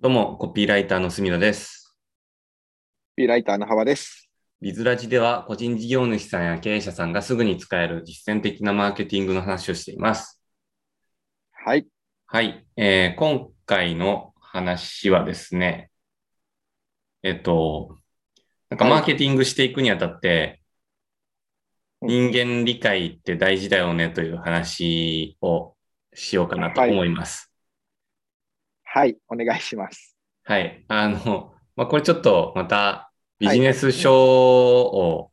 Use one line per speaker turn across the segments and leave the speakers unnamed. どうも、コピーライターの住野です。
ピーライターの幅です。
ビズラジでは、個人事業主さんや経営者さんがすぐに使える実践的なマーケティングの話をしています。
はい。
はい、えー今回の話はですね、えっと、なんか
はい
マーケティングしていくにあたって、
うん
人間理解って大事だよねという話をしようかなと思います。
はい。お願いします。
はい。あの、 まあ、これちょっとまたビジネス書を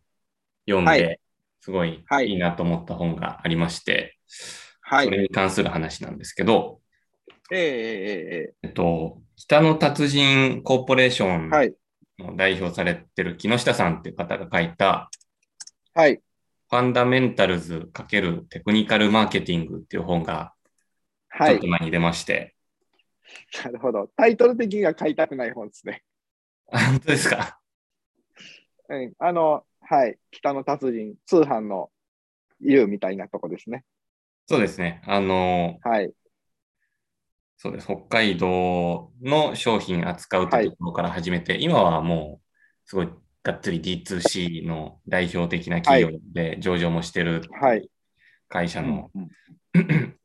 読ん
は
で
い、
すごい
はい
いいなと思った本がありまして、
は
そ
い。
れに関する話なんですけど、
え
え
え
っと、北の達人コーポレーショ
え
ン
ー、はい。
の代表されてる木下さんっていう方が書いた、
はい。
ファンダメンタルズ×テクニカルマーケティングっていう本がち
は
ょっ
い
と。前に出まして、
なるほど。タイトル的には買いたくない本ですね。
あ本当ですか
うん。あの、はい。北の達人、通販の U みたいなとこですね。
そうですね。あの、
はい。
そうです。北海道の商品扱うというところから始めて、今はもう、すごいがっつり D2C の代表的な企業で上場もしてる
はい。
会社の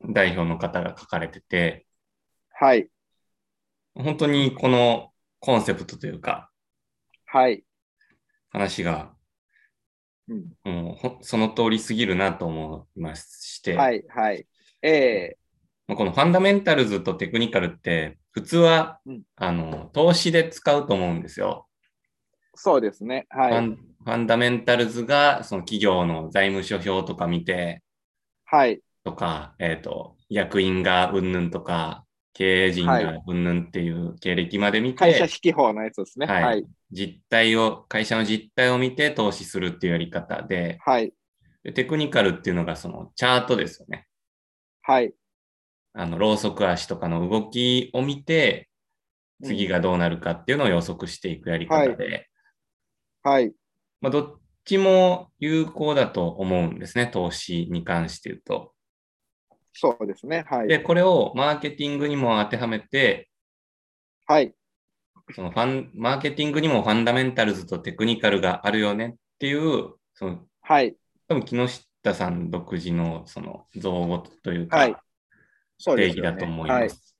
代表の方が書かれてて、
はい。
本当にこのコンセプトというか、
はい。
話が
うん
もうほその通りすぎるなと思いまして、
はい。はい。ええ
まあこのファンダメンタルズとテクニカルって、普通は、
うん
あの投資で使うと思うんですよ。
そうですね。は
ファ
い。
ンファンダメンタルズがその企業の財務諸表とか見て
はい。
とか、えっと役員がうんぬんとか経営陣
は
がうんぬんっていう経歴まで見て、
会社指揮法のやつですね。
はい
はい。
実態を会社の実態を見て投資するっていうやり方で
はい。
でテクニカルっていうのがそのチャートですよね
はい。
あのローソク足とかの動きを見て次
が。
がどうなるかっていうのを予測していくやり方で、
はい。
まあ、どっちも有効だと思うんですね投資に関して言うと。
そうですね。はい。
で、これをマーケティングにも当てはめて、
はい。
そのファン、マーケティングにもファンダメンタルズとテクニカルがあるよねっていう、その、
はい。
多分木下さん独自のその造語という
はい
か、
そう
定
です
義
よね
だと思います。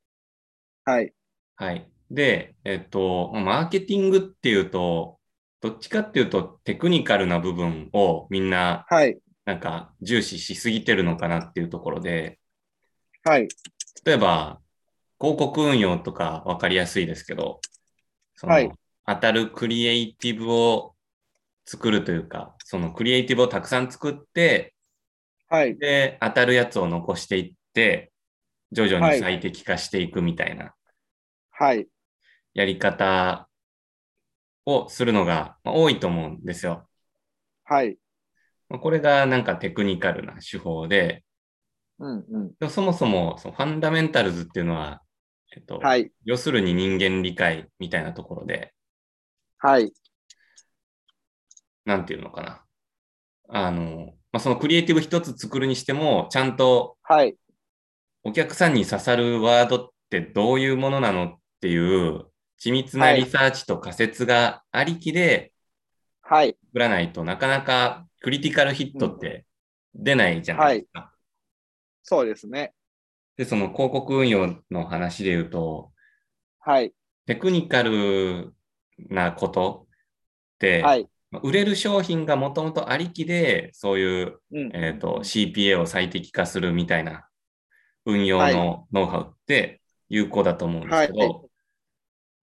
はい。は
は
い。
い。で、えっと、マーケティングっていうと、どっちかっていうとテクニカルな部分をみんな
はい。
なんか重視しすぎてるのかなっていうところで、
はい。
例えば、広告運用とか分かりやすいですけど、その
はい
当たるクリエイティブを作るというか、そのクリエイティブをたくさん作って、
はい。
で、当たるやつを残していって、徐々
は
に
い
最適化していくみたいな
はい。
やり方をするのがまあ多いと思うんですよ。
はい。
まあこれがなんかテクニカルな手法で、
うんうん。
でもそもそもそのファンダメンタルズっていうのは、えっと、
はい。
要するに人間理解みたいなところで、
はい。
なんていうのかな。あの、まあ、そのクリエイティブ一つ作るにしても、ちゃんと
はい。
お客さんに刺さるワードってどういうものなのっていう、緻密な
はい
リサーチと仮説がありきで
はい。
作らないとなかなかクリティカルヒットって出ないじゃないですか。
そうですね。
で、その広告運用の話で言うと、
はい。
テクニカルなことって、
はい。
まあ売れる商品がもともとありきで、そういう
うん
えーと、CPA を最適化するみたいな運用のノウハウって有効だと思うんですけど、
はい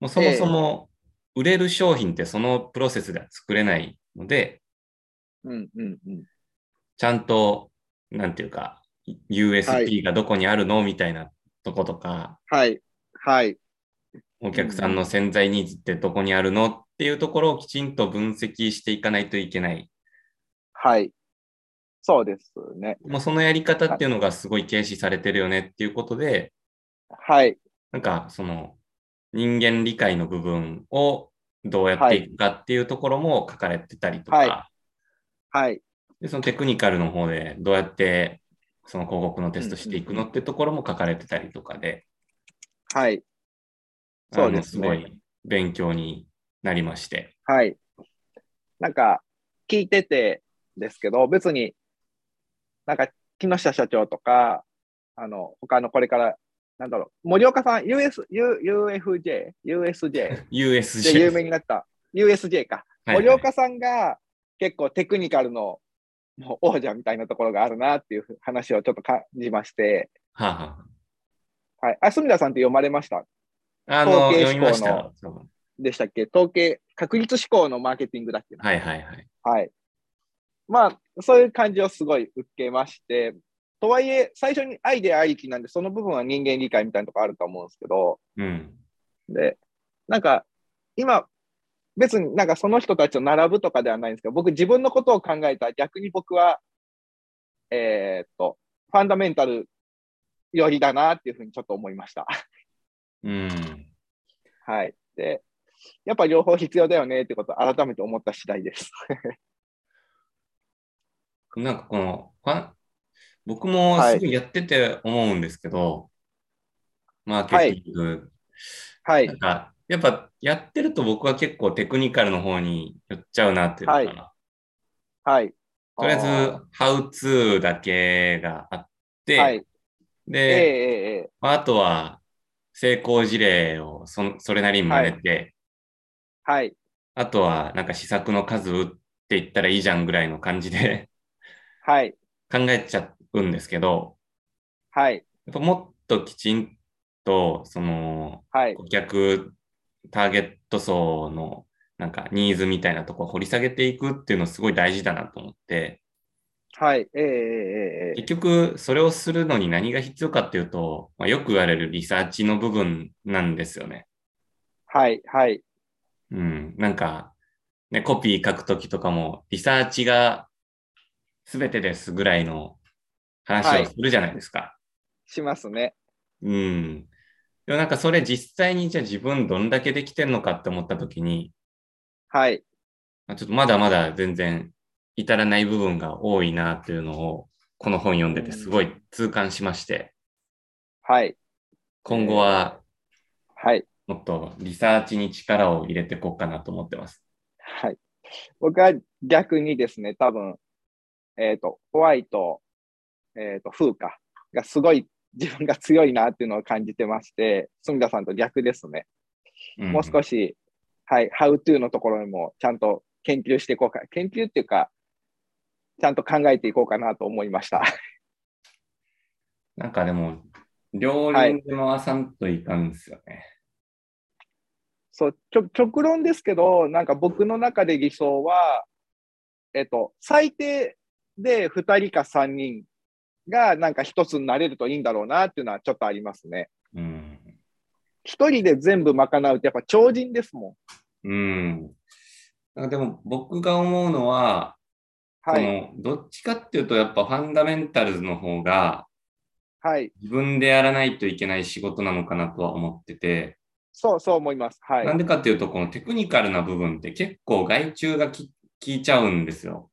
もうそもそも売れる商品ってそのプロセスでは作れないので、
うんうんうん。
ちゃんと、なんていうか、
は
USP
い
がどこにあるのみたいなとことか、
はい。はい。
お客さんの潜在ニーズってどこにあるのっていうところをきちんと分析していかないといけない。
はい。そうですね。
もうそのやり方っていうのがすごい軽視されてるよねっていうことで、
はい。
なんかその人間理解の部分をどうやっていくかっていうところも書かれてたりとか、
ははい。
でそのテクニカルの方でどうやってその広告のテストしていくのってところも書かれてたりとかで、
はい。そう
あ
で
の
す
す
ね
ごい勉強になりまして。
はい。なんか、聞いててですけど、別に、なんか、木下社長とか、あの、他のこれから、なんだろう、森岡さん、US、U、UFJ、USJ で
USJ。
有名になった、USJ か。
はいはい
森岡さんが結構テクニカルのもう王者みたいなところがあるなっていう話をちょっと感じまして、
はあは
はい。あ、隅田さんって読まれました
あ、あの、
統計
読
志
み
向
ま
の
した。多分
でしたっけ統計、確率志向のマーケティングだっけな
はいはいはい。
はい。まあ、そういう感じをすごい受けまして、とはいえ、最初にアイデアありきなんで、その部分は人間理解みたいなとこあると思うんですけど、
うん。
で、なんか、今、別になんかその人たちと並ぶとかではないんですけど、僕自分のことを考えたら逆に僕は、えーっと、ファンダメンタルよりだなっていうふうにちょっと思いました。
うん。
はい。で、やっぱ両方必要だよねってことを改めて思った次第です。
なんかこの、ファン僕も
はい
すごいやってて思うんですけど、マーケティング。
はい
なん。か、やっぱやってると僕は結構テクニカルの方に寄っちゃうなっていうか、
はいはい。
とりあえず、ハウツーだけがあって、
はい。ええ
で、
ええ
まあ、あとは成功事例をそんそれなりに真似て、
はい。
あとはなんか試作の数打っていったらいいじゃんぐらいの感じで
はい。
考えちゃうんですけど、
はい。
やっぱもっときちんと、その、
はい。
顧客、ターゲット層のなんかニーズみたいなとこを掘り下げていくっていうのすごい大事だなと思って、
はい。ええええええ
結局それをするのに何が必要かっていうと、まあ、よく言われるリサーチの部分なんですよね。
はい。はい。
うん、なんか、ね、コピー書くときとかも、リサーチが全てですぐらいの話
は
を
い
するじゃないですか。
しますね。
うん。でもなんかそれ実際にじゃあ自分どんだけできてるのかって思ったときに、
はい。
あちょっとまだまだ全然至らない部分が多いなっていうのを、この本読んでてすごい痛感しまして、
はい。
今後は
はい。
もっとリサーチに力を入れていこうかなと思ってます。
はい。僕は逆にですね、多分、えっ、と、ホワイト、えっ、と、フーカがすごい自分が強いなっていうのを感じてまして、住田さんと逆ですね。もう少
し。
し、はい、ハウトゥーのところにもちゃんと研究していこうか。研究っていうか、ちゃんと考えていこうかなと思いました。
なんかでも、両輪で回さんといかんですよね。
そう、ちょ極論ですけど、なんか僕の中で理想は、えっと、最低で2人か3人がなんか一つになれるといいんだろうなっていうのはちょっとありますね。
うん。
一人で全部賄うってやっぱ超人ですもん。
うん。なんかでも僕が思うのは、
は
そ
い。
のどっちかっていうとやっぱファンダメンタルズの方が
はい。
自分でやらないといけない仕事なのかなとは思ってて、
そう、そう思います。はい。
なんでかっていうとこのテクニカルな部分って結構外注がき効いちゃうんですよ。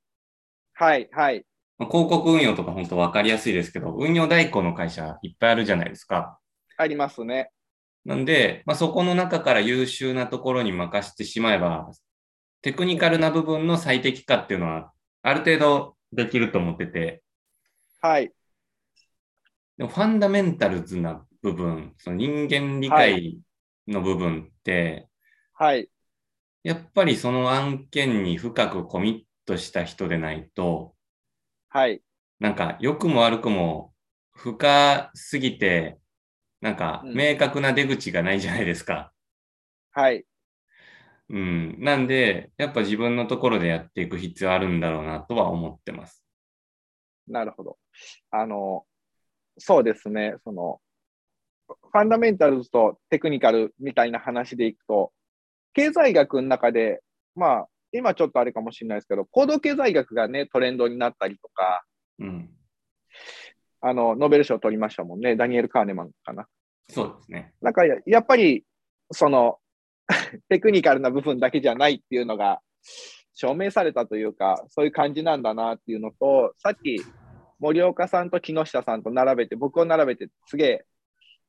はい。はい。
まあ広告運用とか本当分かりやすいですけど、運用代行の会社いっぱいあるじゃないですか。
ありますね。
なんで、まあ、そこの中から優秀なところに任せてしまえば、テクニカルな部分の最適化っていうのは、ある程度できると思ってて、
はい。
でもファンダメンタルズな部分、その人間理
は
解の部分って、
はい。
やっぱりその案件に深くコミットした人でないと、
はい。
なんか良くも悪くも深すぎて、なんか
うん
明確な出口がないじゃないですか。
はい。
うん。なんで、やっぱ自分のところでやっていく必要あるんだろうなとは思ってます。
なるほど。あの、そうですね、その、ファンダメンタルズとテクニカルみたいな話でいくと、経済学の中で、まあ、今ちょっとあれかもしれないですけど、行動経済学がね、トレンドになったりとか、
うん。
あの、ノーベル賞取りましたもんね、ダニエル・カーネマンかな。
そうですね。
なんかや、やっぱり、その、 テクニカルな部分だけじゃないっていうのが証明されたというか、そういう感じなんだなっていうのと、さっき森岡さんと木下さんと並べて、僕を並べて、すげえ、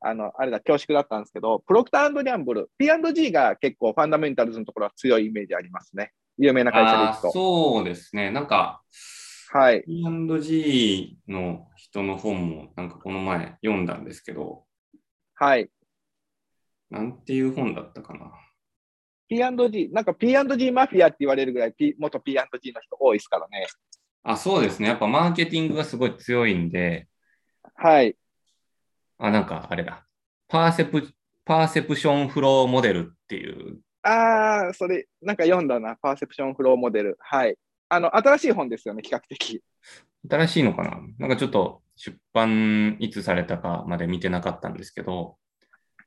あの、あれだ、恐縮だったんですけど、プロクターギャンブル、P&G が結構ファンダメンタルズのところは強いイメージありますね。有名な会社で
あ
いく
ー
と。
そうですね。なんか、
はい。
P&G の人の本も、なんかこの前読んだんですけど、
はい。
なんていう本だったかな。
P&G、なんか P&G マフィアって言われるぐらい、P、元 P&G の人多いですからね。
あ、そうですね。やっぱマーケティングがすごい強いんで、
はい。
あ、なんかあれだ。パーセプ、パーセプションフローモデルっていう、
あー、それ、なんか読んだな。パーセプションフローモデル。はい。あの、新しい本ですよね、比較的。
新しいのかななんかちょっと出版いつされたかまで見てなかったんですけど、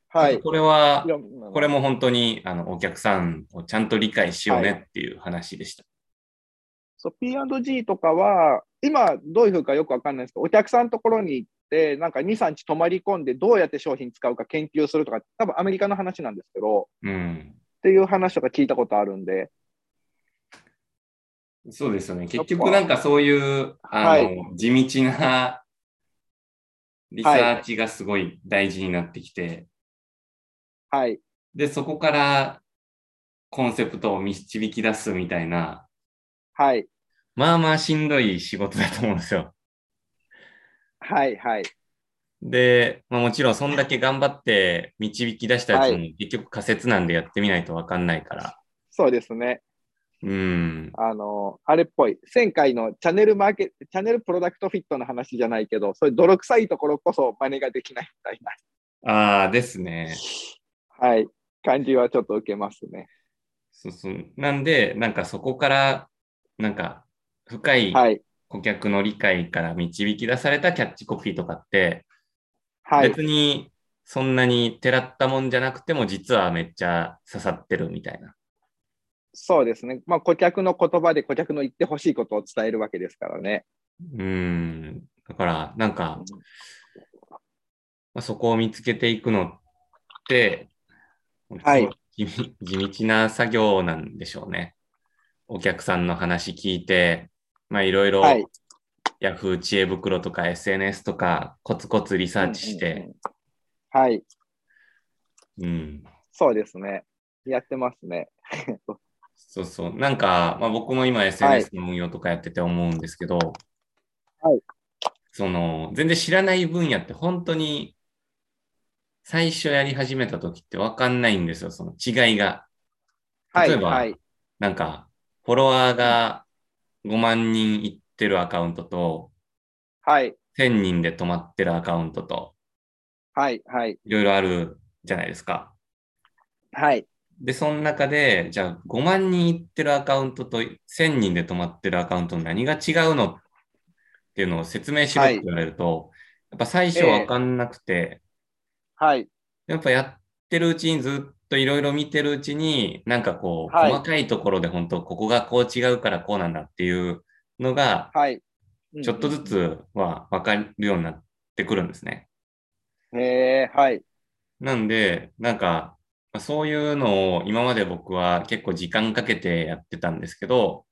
はい。
これは、こ
こ
れも本当にあのお客さんをちゃんと理解しようねっていう話でした。
そう、P&G とかは、今どういうふうかよくわかんないですけど、お客さんのところに行って、なんか2、3日泊まり込んで、どうやって商品使うか研究するとか、多分アメリカの話なんですけど、
うん。
っていう話とか聞いたことあるんで、
そうですよね。
そっ
結
か
局なんかそういう、あの、
はい
地道なリサーチがすごい大事になってきて、
はい。
で、そこからコンセプトを導き出すみたいな、
はい。
まあまあしんどい仕事だと思うんですよ。
はい。はい。
で、まあ、もちろんそんだけ頑張って導き出したやつも結局仮説なんでやってみないとわかんないから。
そうですね。
うん。
あの、あれっぽい。前回のチャンネルマーケ、チャンネルプロダクトフィットの話じゃないけど、そういう泥臭いところこそ真似ができないみたい
ああ、ですね。
な、はい。感じはちょっと受けますね。
そうそう。なんで、なんかそこから、なんか深い
はい。
顧客の理解から導き出されたキャッチコピーとかって、
はい。
別にそんなにてらったもんじゃなくても実はめっちゃ刺さってるみたいな。
そうですね。まあ、顧客の言葉で顧客の言ってほしいことを伝えるわけですからね。
うん。だから、なんか、まあ、そこを見つけていくのって、
はい
地味地道な作業なんでしょうね。お客さんの話聞いて、まあいろいろ
はい。
ヤフー知恵袋とか SNS とかコツコツリサーチし
うんうん
て、
うんはい。
うん。
そうですね。やってますね。
そうそう。なんか、まあ、僕も今 SNS の運用とかやってて思うんですけど、
はい
その、全然知らない分野って本当に最初やり始めた時ってわかんないんですよ、その違いが。
はい。
例えば
はい。
なんか、フォロワーが5万人いってるアカウントと、
はい。
1000人で止まってるアカウントと、
はい。はい。
いろいろあるじゃないですか。
はい。
で、その中で、じゃあ5万人いってるアカウントと1000人で止まってるアカウントの何が違うのっていうのを説明しろっ
はい
て言われると、やっぱ最初わかんなくて、
はい。
やっぱやってるうちにずっといろいろ見てるうちに、なんかこう、
はい
細かいところで本当ここがこう違うからこうなんだっていうのが、
はい。
ちょっとずつはわかるようになってくるんですね。
うんうん。へえ、はい。
なんで、なんか、まあそういうのを今まで僕は結構時間かけてやってたんですけど、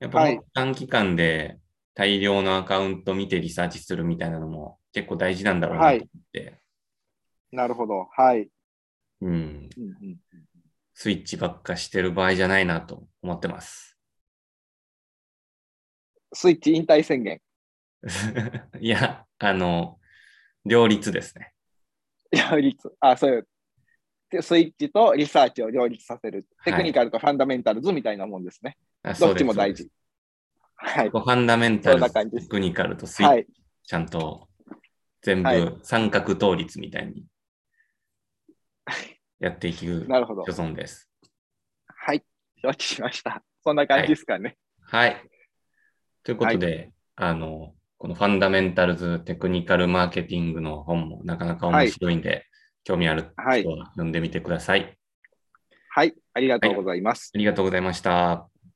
やっぱ
はい
短期間で大量のアカウント見てリサーチするみたいなのも結構大事なんだろうなと思って、
なるほど。はい。
うん、
うんうん
スイッチばっかしてる場合じゃないなと思ってます。
スイッチ引退宣言。
いや、あの、両立ですね。
両立。 あ、そういう。でスイッチとリサーチを両立させる。
は
テ
い
クニカルとファンダメンタルズみたいなもんですね。
あ
どっちも
そうで
大
す
事。はい。
ファンダメンタル
そ
ズ、
んな感じで
テ
す
クニカルとスイッチ、
はい。
ちゃんと全
はい
部三角倒立みたいにやっていく
なるほど
所。存です。
はい。承知しました。そんな感じですかね。
はい。ということで、あの、このファンダメンタルズ・テクニカル・マーケティングの本もなかなか面白いんで、興味ある人は読んでみてください。
はい。ありがとうございます。
ありがとうございました。